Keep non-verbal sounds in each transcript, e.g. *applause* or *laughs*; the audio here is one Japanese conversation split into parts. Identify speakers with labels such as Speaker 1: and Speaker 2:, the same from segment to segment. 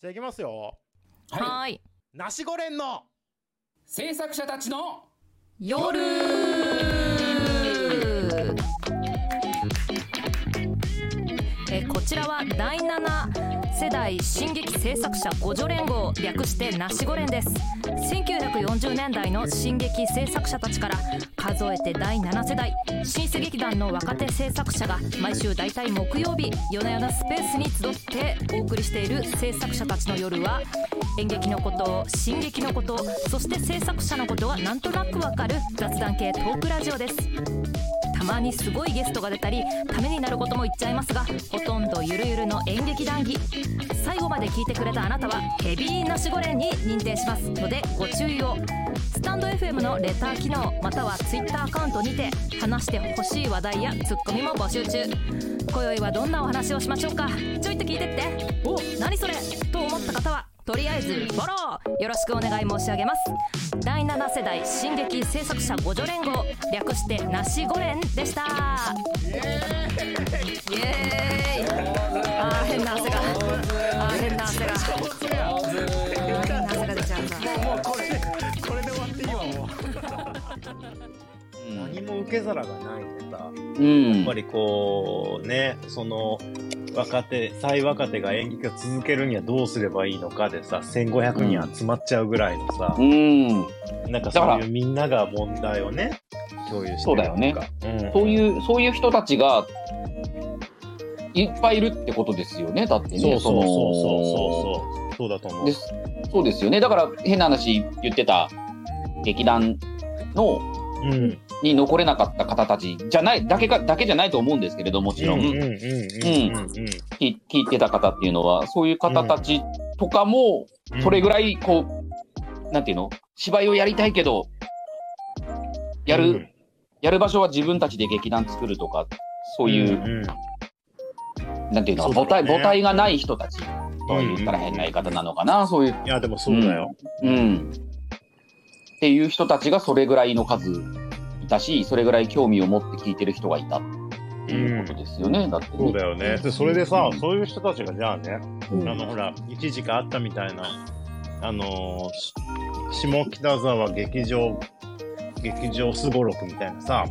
Speaker 1: じゃあいきますよ
Speaker 2: は
Speaker 3: はい。
Speaker 1: ナシゴレンの
Speaker 2: い。制作者たちの
Speaker 3: 夜えーこちらは第7世代進撃制作者互助連合略してナシゴ連です1940年代の進撃制作者たちから数えて第7世代新世劇団の若手制作者が毎週大体木曜日夜な夜なスペースに集ってお送りしている制作者たちの夜は演劇のこと進撃のことそして制作者のことがなんとなくわかる雑談系トークラジオですたまにすごいゲストが出たりためになることも言っちゃいますがほとんどゆるゆるの演劇談義最後まで聞いてくれたあなたはヘビーなしゴレンに認定しますのでご注意をスタンド FM のレター機能または Twitter アカウントにて話してほしい話題やツッコミも募集中今宵はどんなお話をしましょうかちょいと聞いてってお何それと思った方はとりあえずフォローよろしくお願い申し上げます第7世代進撃制作者互助連合略してなしご連でしたイエーイあー変な汗があー変な汗が変な汗が出ちゃうな
Speaker 1: これで終わっていいわもう何も受け皿がないネタや
Speaker 2: うん。うん
Speaker 4: っぱりこうねその若手最若手が演劇を続けるにはどうすればいいのかでさ1500人集まっちゃうぐらいのさ
Speaker 2: う、ん。
Speaker 4: なんか
Speaker 2: だから
Speaker 4: そういうみんなが問題をね共有してる
Speaker 2: そうだよね
Speaker 4: うん
Speaker 2: そういう、そういう人たちが、いっぱいいるってことですよね、だってね。
Speaker 4: そうそうそう
Speaker 2: う
Speaker 4: そうそうそうだと思う
Speaker 2: ですそうですよね。だから、変な話言ってた、劇団の、
Speaker 4: うん
Speaker 2: に残れなかった方たちじゃない、だけか、だけじゃないと思うんですけれど、もちろん、
Speaker 4: うんうんうんうんうんうん
Speaker 2: き聞いてた方っていうのは、そういう方たちとかも、
Speaker 4: うん
Speaker 2: それぐらい、こう、なんていうの芝居をやりたいけど、やる、
Speaker 4: うん
Speaker 2: やる場所は自分たちで劇団作るとか、そういう、
Speaker 4: んん
Speaker 2: なんていうの
Speaker 4: そうだ
Speaker 2: 母
Speaker 4: ろうね
Speaker 2: 体、母体がない人たちと言ったら変な言い方なのかな、そういう。
Speaker 4: いやでもそうだよ、
Speaker 2: うん。っていう人たちがそれぐらいの数いたし、それぐらい興味を持って聞いてる人がいたっていうことですよね、だってね。
Speaker 4: そうだよねでそれでさ、そういう人たちがじゃあね
Speaker 3: うん
Speaker 4: あのほら一時期あったみたいなあのーし下北沢劇場劇場すごろくみたいなさ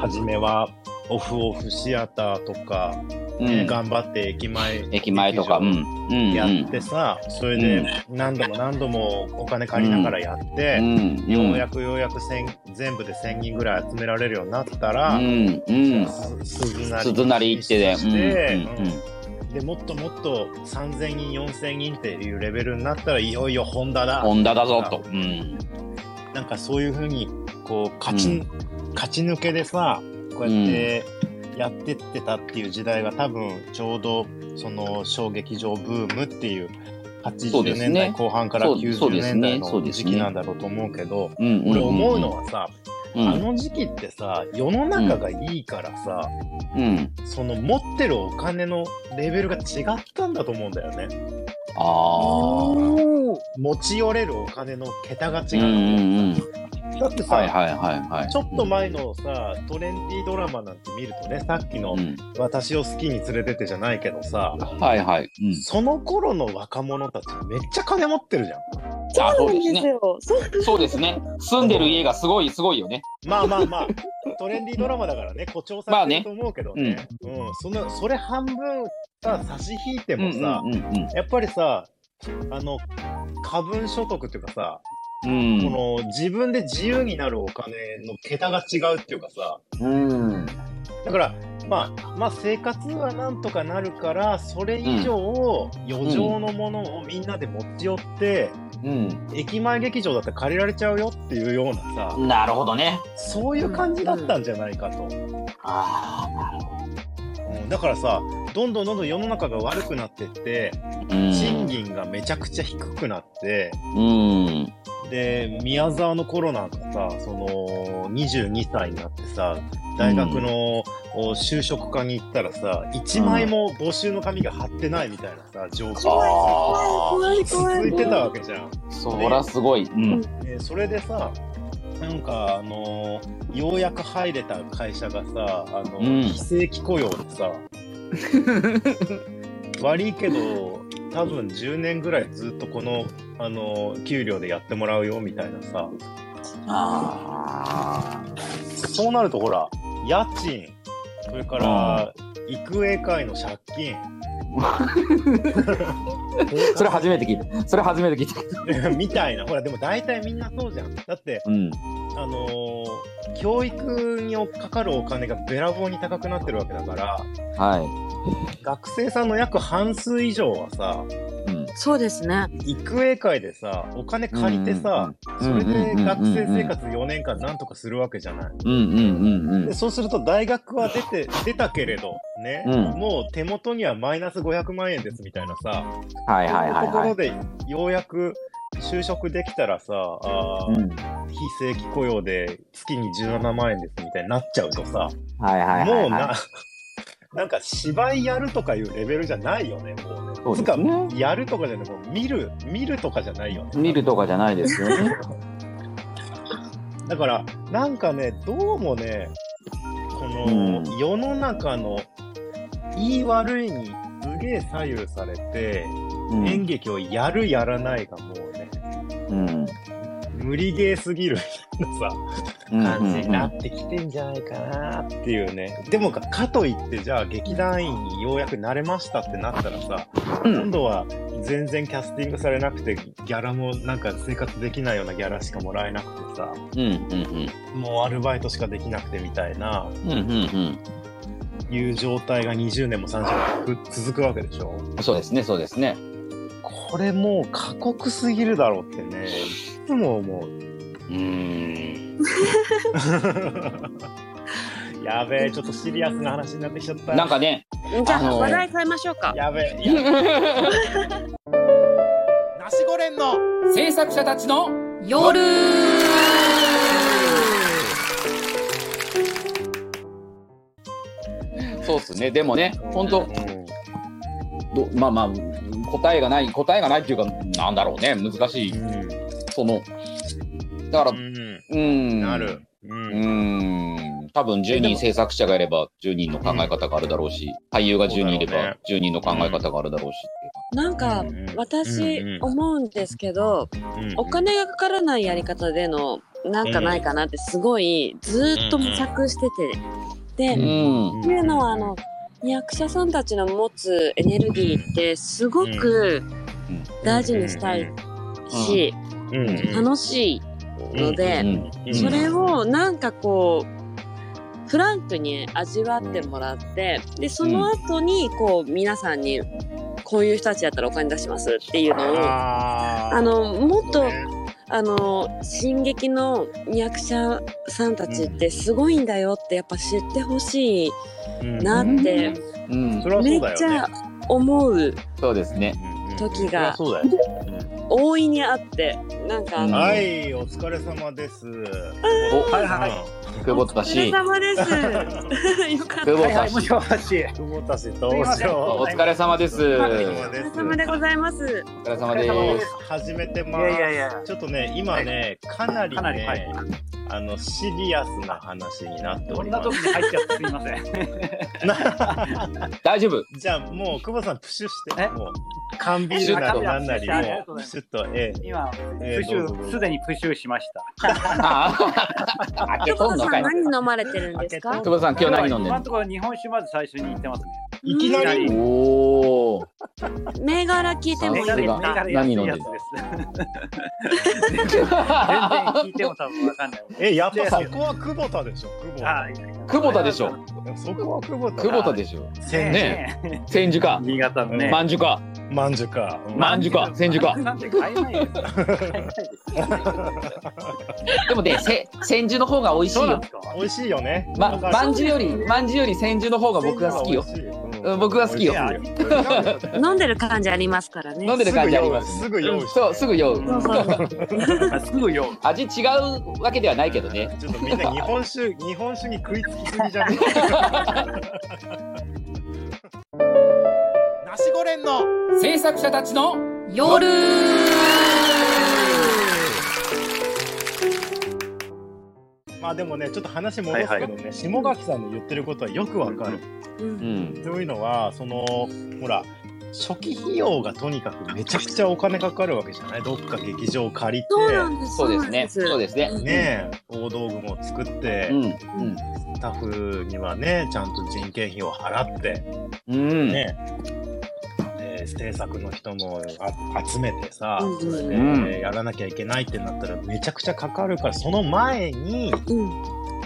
Speaker 4: 初めはオフオフシアターとか、
Speaker 2: うん。うん。
Speaker 4: 頑張って駅前
Speaker 2: 駅前とか、うん。うん。
Speaker 4: やってさ、それで何度も何度もお金借りながらやっ
Speaker 2: う
Speaker 4: て、
Speaker 2: ん。うん。
Speaker 4: ようやくようやく千全部で1000人ぐらい集められるようになったら、
Speaker 2: うん。うん。
Speaker 4: す鈴なり
Speaker 2: 鈴なり行ってで、
Speaker 4: して
Speaker 2: うん。うん。
Speaker 4: でもっともっと3000人4000人っていうレベルになったらいよいよホンダだ
Speaker 2: ホンダだぞと。うん。
Speaker 4: なんかそういうふうにこう勝ち,、勝ち抜けでさこうやってやってってたっていう時代が多分ちょうどその小劇場ブームっていう
Speaker 2: そうで
Speaker 4: 80年
Speaker 2: す
Speaker 4: 代
Speaker 2: ね
Speaker 4: 後半から
Speaker 2: そうそう
Speaker 4: 90
Speaker 2: です
Speaker 4: 年
Speaker 2: ね
Speaker 4: 代
Speaker 2: そう
Speaker 4: の
Speaker 2: です
Speaker 4: 時
Speaker 2: ね
Speaker 4: 期なんだろうと思うけど、
Speaker 2: うん。ん
Speaker 4: 俺思うの、はさ、
Speaker 2: うん
Speaker 4: あ。の時期ってさ世の中がいいからさ、
Speaker 2: うん。
Speaker 4: その持ってるお金のレベルが違ったんだと思うんだよね。
Speaker 2: ああ。
Speaker 4: 持ち寄れるお金の桁が違
Speaker 2: うんう
Speaker 4: う。
Speaker 2: んうん。
Speaker 4: だってさ、
Speaker 2: はいはいはいはい。
Speaker 4: ちょっと前のさ、トレンディードラマなんて見るとね、さっきの
Speaker 2: うん。
Speaker 4: 私を好きに連れてってじゃないけどさ、
Speaker 2: はいはい。うん。
Speaker 4: その頃の若者たちめっちゃ金持ってるじゃん。
Speaker 2: あ
Speaker 5: そ
Speaker 2: そう
Speaker 5: う
Speaker 2: で
Speaker 5: なん
Speaker 2: す
Speaker 5: です
Speaker 2: ね。
Speaker 5: よ。そう
Speaker 2: そうですね。住んでる家がすごいすごいよね。
Speaker 4: まあまあま *laughs* あ、トレンディードラマだからね、誇張
Speaker 2: まあ
Speaker 4: され
Speaker 2: ね
Speaker 4: てると思うけどね。うん、その、それ半分さ、差し引いて
Speaker 2: うん
Speaker 4: も
Speaker 2: う
Speaker 4: さ、
Speaker 2: んうん
Speaker 4: やっぱりさ、あの、過分所得っていうかさ、
Speaker 2: うん。うん
Speaker 4: この自分で自由になるお金の桁が違うっていうかさ、
Speaker 2: うん。
Speaker 4: だから、まあ、まあ生活はなんとかなるからそれ以上を余剰のものをみんなで持ち寄って、
Speaker 2: うん。
Speaker 4: 駅前劇場だったら借りられちゃうよっていうようなさ、
Speaker 2: なるほどね。
Speaker 4: そういう感じだったんじゃないかと、
Speaker 2: あ
Speaker 4: うんだからさどんどんどんどん世の中が悪くなってって
Speaker 2: あ。うん。
Speaker 4: 賃金がめちゃくちゃ低くなって
Speaker 2: うん。
Speaker 4: で宮沢の頃なんかさその22歳になってさ大学のお就職課に行ったらさ1枚も募集の紙が貼ってないみたいなさ状況
Speaker 2: あ
Speaker 5: 怖い怖い
Speaker 4: 続
Speaker 5: 怖
Speaker 4: い
Speaker 5: い。
Speaker 4: てたわけじゃん。
Speaker 2: あ。そらすごい。うん。
Speaker 4: でそれでさなんかあのーようやく入れた会社がさあの、
Speaker 2: うん
Speaker 5: *laughs*
Speaker 4: 非正規雇用でさ悪いけど多分10年ぐらいずっとこの、あのー給料でやってもらうよみたいなさ
Speaker 2: あ
Speaker 4: そうなるとほら家賃それから育英会の借金
Speaker 2: あ。それ初めて聞いた。それ初めて聞いた。
Speaker 4: みたいなほらでも大体みんなそうじゃんだって
Speaker 2: うん。
Speaker 4: あのー教育にかかるお金がべらぼうに高くなってるわけだから
Speaker 2: は
Speaker 4: 学生さんの約半数以上はさ
Speaker 2: い。うん。
Speaker 5: そうですね。
Speaker 4: 育英会でさお金借りてさ、
Speaker 2: うん
Speaker 4: それで学生生活
Speaker 2: う
Speaker 4: 4年間なんとかするわけじゃない。
Speaker 2: うんうんうんうん
Speaker 4: で。そうすると大学は出て出たけれどね、
Speaker 2: うん
Speaker 4: もう手元にはマイナス500万円ですみたいなさ、
Speaker 2: はいは
Speaker 4: そうい
Speaker 2: いはいは
Speaker 4: うところ
Speaker 2: い。
Speaker 4: でようやく就職できたらさあー、
Speaker 2: うん
Speaker 4: 非正規雇用で月に17万円ですみたいになっちゃうとさ、
Speaker 2: はいはいはいはい。
Speaker 4: もうな *laughs* なんか芝居やるとかいうレベルじゃないよねもうね。
Speaker 2: そうですね
Speaker 4: つうかやるとかじゃなくて見る見るとかじゃないよね。
Speaker 2: 見るとかじゃないですよね。
Speaker 4: だからなんかねどうもねこの
Speaker 2: うん
Speaker 4: 世の中の言い悪いにすげえ左右されて、
Speaker 2: うん
Speaker 4: 演劇をやるやらないがもうね
Speaker 2: うん。
Speaker 4: 無理ゲーすぎるみたいなさ
Speaker 2: うん
Speaker 4: 感じになってきてんじゃないかなっていうね、でもかかといってじゃあ劇団員にようやく慣れましたってなったらさ、
Speaker 2: うん
Speaker 4: 今度は全然キャスティングされなくてギャラもなんか生活できないようなギャラしかもらえなくてさ
Speaker 2: うんうん
Speaker 4: もうアルバイトしかできなくてみたいな
Speaker 2: うんうんうん
Speaker 4: いう状態が20年も30年も続くわけでしょ
Speaker 2: うん。そうですねそうですね。
Speaker 4: これもう過酷すぎるだろうってねいつも思う
Speaker 2: うーん。
Speaker 4: やべえちょっとシリアスな話になってきちゃった
Speaker 2: なんかね。
Speaker 5: じゃ
Speaker 2: あ
Speaker 5: あ、
Speaker 2: のー
Speaker 5: 話題変えましょうか。
Speaker 4: やべえ
Speaker 1: ナシゴレンの
Speaker 2: 制作者たちの
Speaker 3: 夜
Speaker 2: そうっすね。でもね、本当
Speaker 4: うん
Speaker 2: どまあまあ答えがない答えがないっていうかなんだろうね難しいそのだからう
Speaker 4: うん
Speaker 2: ーん
Speaker 4: なる。う。
Speaker 2: うんーん多分10人制作者がいれば10人の考え方があるだろうし、俳優が10人いれ
Speaker 4: そうだ
Speaker 2: ば
Speaker 4: ね
Speaker 2: 10人の考え方があるだろうし、
Speaker 5: なんか
Speaker 4: うんうん、
Speaker 5: 私
Speaker 4: うんう、ん
Speaker 5: 思うんですけど、お金がかからないやり方での、なんかないかなって、すごい、ずーっと模索してて。
Speaker 2: う
Speaker 5: で、
Speaker 2: ん
Speaker 5: っていうのは、あの、役者さんたちの持つエネルギーって、すごく
Speaker 2: うん
Speaker 5: 大事にしたいし、
Speaker 4: うんうん
Speaker 5: 楽しいので、
Speaker 2: うん
Speaker 4: うん
Speaker 5: それをなんかこうフランクに味わってもらってでその後にこう皆さんにこういう人たちだったらお金出しますっていうのを
Speaker 4: あー
Speaker 5: あのもっ
Speaker 4: そ
Speaker 5: と
Speaker 4: うね
Speaker 5: あの進撃の役者さんたちってすごいんだよってやっぱ知ってほしい
Speaker 4: うん
Speaker 5: なって
Speaker 2: うん
Speaker 4: それはそ
Speaker 5: め
Speaker 4: う
Speaker 5: っ
Speaker 4: だ
Speaker 5: ち
Speaker 4: よね
Speaker 5: ゃ思う
Speaker 2: そうですね
Speaker 4: うんうん
Speaker 5: 時が
Speaker 4: そりゃそうだよね
Speaker 5: 大いにあってなんかあ
Speaker 2: うん
Speaker 5: の。
Speaker 4: はいお疲れ様です
Speaker 2: お
Speaker 4: はいはい
Speaker 2: 久保田
Speaker 5: お疲れ
Speaker 2: 氏
Speaker 5: 様です。 *laughs* よかった。
Speaker 2: 久保
Speaker 5: お
Speaker 2: 田氏
Speaker 4: 久保田氏と
Speaker 5: すいま
Speaker 4: お
Speaker 5: せん
Speaker 2: お疲れ様ですお疲
Speaker 5: 疲れ様でございます。
Speaker 2: れ様で
Speaker 4: もう
Speaker 2: す
Speaker 4: 始めてますちょっとね今ねかなり
Speaker 6: かなりはい
Speaker 4: ねあのシリアスな話になってお
Speaker 6: こ
Speaker 4: り
Speaker 6: んな
Speaker 4: ま
Speaker 6: 時に入っちゃってすいませ *laughs* ん。
Speaker 4: す
Speaker 2: 大丈 *laughs* 夫
Speaker 4: じゃあもう久保さんプシュし
Speaker 6: え
Speaker 4: てもう缶ビールなりなんなり
Speaker 6: ありがと
Speaker 4: もう
Speaker 6: うご
Speaker 4: プ
Speaker 6: ざいます
Speaker 4: シュッとええ
Speaker 6: 今、プシ
Speaker 4: どうぞどう
Speaker 6: ュ
Speaker 4: ぞ
Speaker 6: すでにプシュしました。
Speaker 2: あー開け
Speaker 5: 久
Speaker 2: と
Speaker 5: 保
Speaker 2: んの
Speaker 5: さ
Speaker 2: か
Speaker 5: ん
Speaker 2: い
Speaker 5: 何飲まれてるんで
Speaker 4: 開
Speaker 5: すか
Speaker 4: け
Speaker 2: 久？保さん今日何飲んでん
Speaker 6: 今の
Speaker 2: の
Speaker 6: ところ日本酒まず最初に行ってますね。
Speaker 4: いきなり
Speaker 6: いき
Speaker 2: おお
Speaker 5: 銘柄聞いてもいいで
Speaker 2: さ
Speaker 5: す
Speaker 2: すが
Speaker 5: か？
Speaker 6: 銘柄安いやつです。全然聞いても多分わかんない。
Speaker 4: え、やっぱそこは久保田でしょ、久保
Speaker 6: あ
Speaker 4: 田。
Speaker 2: 久保田でしょ
Speaker 4: そこは久保田。
Speaker 2: 久保田でしょ
Speaker 4: 千
Speaker 2: ね千手か
Speaker 6: 新潟のね。
Speaker 2: まんじゅか
Speaker 4: まんじゅか。
Speaker 2: まんじゅか千手か
Speaker 6: なんて買え *laughs* ないですよ。買えないですよ
Speaker 2: でもねせ千手の方が美味しい
Speaker 6: *laughs* そうなん
Speaker 2: よ
Speaker 6: ですか
Speaker 4: 美味しいよね。
Speaker 2: ま
Speaker 4: わかる
Speaker 2: まんじゅうよりまんじゅうより千手の方が僕は好きよ。うん僕は好きよ
Speaker 4: 美味しい
Speaker 5: 飲んでる感じありますからね。
Speaker 2: *laughs* 飲んでる感じあります
Speaker 4: すぐ酔う
Speaker 2: うんそうすぐ酔う
Speaker 6: そうそうすぐよ。
Speaker 2: 味違うわけではないけどね。
Speaker 4: ちょっとみんな日本
Speaker 2: *laughs*
Speaker 4: 酒、日本酒に食いつきすぎじゃね
Speaker 1: ナシゴレンの
Speaker 2: 制作者たちの
Speaker 3: 夜
Speaker 4: え。まあでもね、ちょっと話戻すけどね、下垣さんの言ってることはよくわかる。
Speaker 5: う
Speaker 2: うんん
Speaker 4: というのは、その、ほら、初期費用がとにかくめちゃくちゃお金かかるわけじゃないどっか劇場を借り
Speaker 5: そうなん
Speaker 4: て
Speaker 5: です。
Speaker 2: そうですね。そうですね。
Speaker 4: ねえ大道具も作って、
Speaker 2: うんうん
Speaker 4: スタッフにはねちゃんと人件費を払って
Speaker 2: うん、
Speaker 4: ね、で制作の人もあ集めてさ、
Speaker 5: うんうん
Speaker 4: で
Speaker 2: うん
Speaker 4: やらなきゃいけないってなったらめちゃくちゃかかるからその前に
Speaker 5: うん。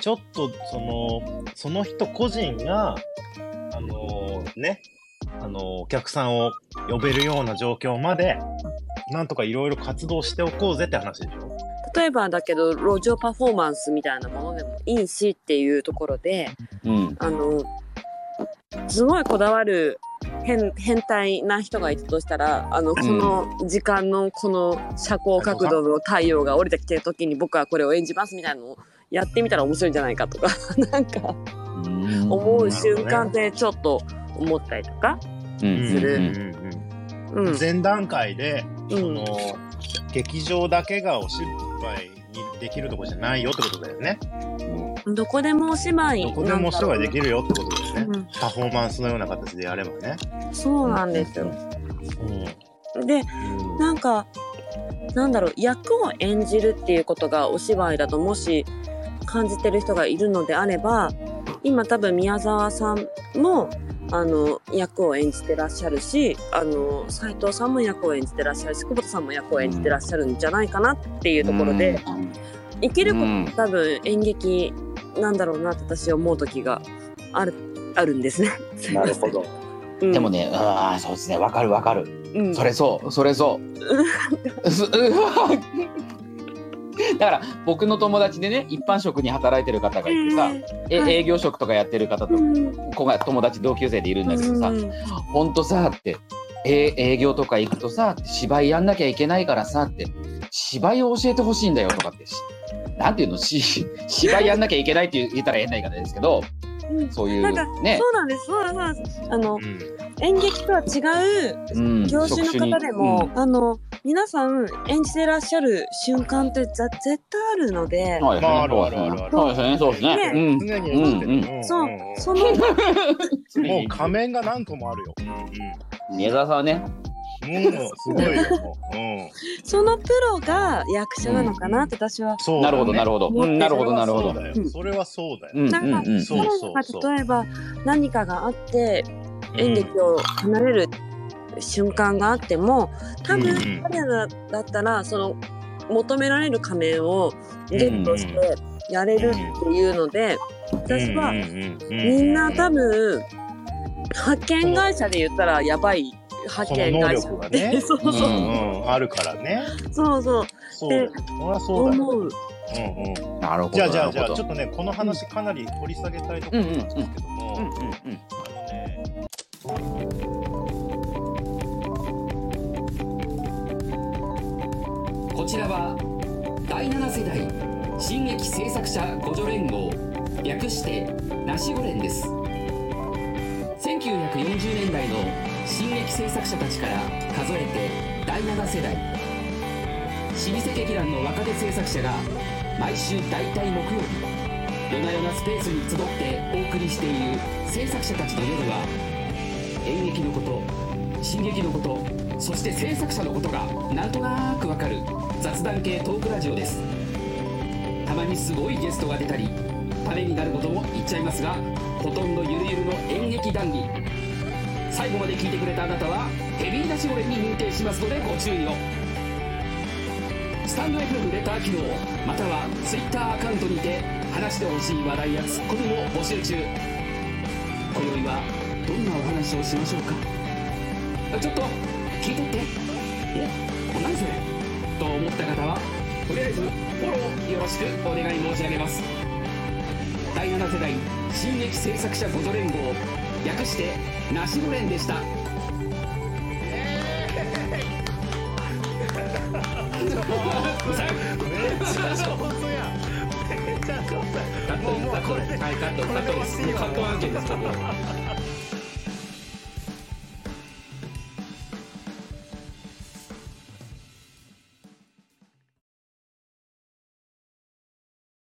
Speaker 4: ちょっとそのその人個人があのねあのお客さんを呼べるような状況までなんとかいろいろ活動しておこうぜって話でしょ。
Speaker 5: 例えばだけど路上パフォーマンスみたいなものでもいいしっていうところで
Speaker 2: うん、
Speaker 5: あのすごいこだわる変変態な人がいたとしたらあのこの時間のこの遮光角度の太陽が降りてきてる時に僕はこれを演じますみたいなのをやってみたら面白いんじゃないかと *laughs* かなんか
Speaker 2: うん
Speaker 5: 思う瞬間でちょっと思ったりとか。
Speaker 2: うん
Speaker 5: する
Speaker 2: うん
Speaker 5: うん
Speaker 4: 前段階で、
Speaker 5: うん
Speaker 4: その劇場だけがお芝居にできるとこじゃないよってことだよね。
Speaker 5: どこでもお芝居
Speaker 4: どこでもお芝居できるよってことだよね。
Speaker 5: うん
Speaker 4: パフォーマンスのような形でやればね。
Speaker 5: そうなんですよ。
Speaker 4: うん
Speaker 5: でなんかなんだろう役を演じるっていうことがお芝居だともし感じてる人がいるのであれば今多分宮沢さんもあの役を演じてらっしゃるしあの斉藤さんも役を演じてらっしゃるし久保田さんも役を演じてらっしゃるんじゃないかなっていうところで、
Speaker 2: うん
Speaker 5: 生きること
Speaker 2: うん
Speaker 5: も多分演劇なんだろうなって私は思う時があるあるんですね。すいま
Speaker 2: な
Speaker 5: せ
Speaker 2: る
Speaker 5: ん
Speaker 2: ほど。
Speaker 5: うん
Speaker 2: でもね、ああ、そうですね、わかるわかる。
Speaker 5: うん
Speaker 2: それそう、それそう。す *laughs* だから僕の友達でね一般職に働いてる方がいてさ、え
Speaker 5: はい
Speaker 2: 営業職とかやってる方と
Speaker 5: うん
Speaker 2: 子が友達同級生でいるんだけどさ、
Speaker 5: うん
Speaker 2: ほんとさって、えー営業とか行くとさ、芝居やんなきゃいけないからさって、芝居を教えてほしいんだよとかってし、なんていうの、 *laughs* し芝居やんなきゃいけないって言ったら変な言い方ですけど、
Speaker 5: うん
Speaker 2: そうい
Speaker 5: なんか
Speaker 2: うね
Speaker 5: そ、うなんですそうなんですあの
Speaker 4: うん
Speaker 5: 演劇とは違う
Speaker 2: うん
Speaker 5: 業種の方でも、、あの皆さん演じてらっしゃる瞬間ってざ絶対あるので、
Speaker 2: 職種にうんはい
Speaker 4: まあある
Speaker 2: そう
Speaker 4: あるあるある
Speaker 2: そうですね、そうですね。
Speaker 5: ね
Speaker 2: うん
Speaker 4: 常に映ってる
Speaker 2: うん
Speaker 4: んん
Speaker 5: そうその
Speaker 2: うん
Speaker 4: もう仮面が何個もあるよ。
Speaker 2: 宮沢さんはね、
Speaker 4: もうすごいよ。もううん
Speaker 5: そのプロが役者なのかなって私は、
Speaker 4: そう
Speaker 2: な
Speaker 4: だね
Speaker 2: るほど、なるほど、うんなるほど、なるほど。
Speaker 5: うん
Speaker 4: それはそうだよ。
Speaker 2: うん、うん、
Speaker 5: なん
Speaker 2: う
Speaker 5: か
Speaker 2: ん、
Speaker 4: そう
Speaker 5: 彼女が例えば何かがあって演劇を離れる瞬間があっても多分
Speaker 4: うんうん
Speaker 5: 彼らだったらその求められる仮面をゲットしてやれるっていうので、私は、みんな多
Speaker 4: 分
Speaker 5: 分派遣会社で言ったらやばい派遣会社
Speaker 4: その能力が
Speaker 5: で、
Speaker 4: ね
Speaker 5: *laughs* そう
Speaker 2: う
Speaker 5: そうん
Speaker 4: あるからね。
Speaker 5: そうそう
Speaker 4: そうだよ。そりゃそうだよ。
Speaker 5: 思う
Speaker 4: うんうん
Speaker 2: なるほど。
Speaker 4: じゃあじゃあじ
Speaker 2: な
Speaker 4: ゃ
Speaker 2: る
Speaker 4: あ
Speaker 2: ほ
Speaker 4: ち
Speaker 2: ど
Speaker 4: ょっとねこの話かなり掘り下げたいところなんですけども、
Speaker 2: うん、
Speaker 4: あ
Speaker 2: うん、うん。
Speaker 4: のね
Speaker 7: こちらは第7世代新劇制作者互助連合略してナシゴ連です1940年代の新劇制作者たちから数えて第7世代老舗劇団の若手制作者が毎週大体木曜日夜な夜なスペースに集ってお送りしている制作者たちの夜は演劇のこと進撃のことそして制作者のことがなんとなくわかる雑談系トークラジオですたまにすごいゲストが出たりためになることも言っちゃいますがほとんどゆるゆるの演劇談義最後まで聞いてくれたあなたはヘビー出し俺に認定しますのでご注意をスタンド FM レター機能または Twitter アカウントにて話してほしい話題やツッコミを募集中今宵はどんなお話をしましょうかあちょっと聞いてってえ何それと思った方はとりあえずフォローよろしくお願い申し上げます第7世代新劇制作者ごと連合略してナシゴ連でしたもうこれはいカットカットですもうカット案件です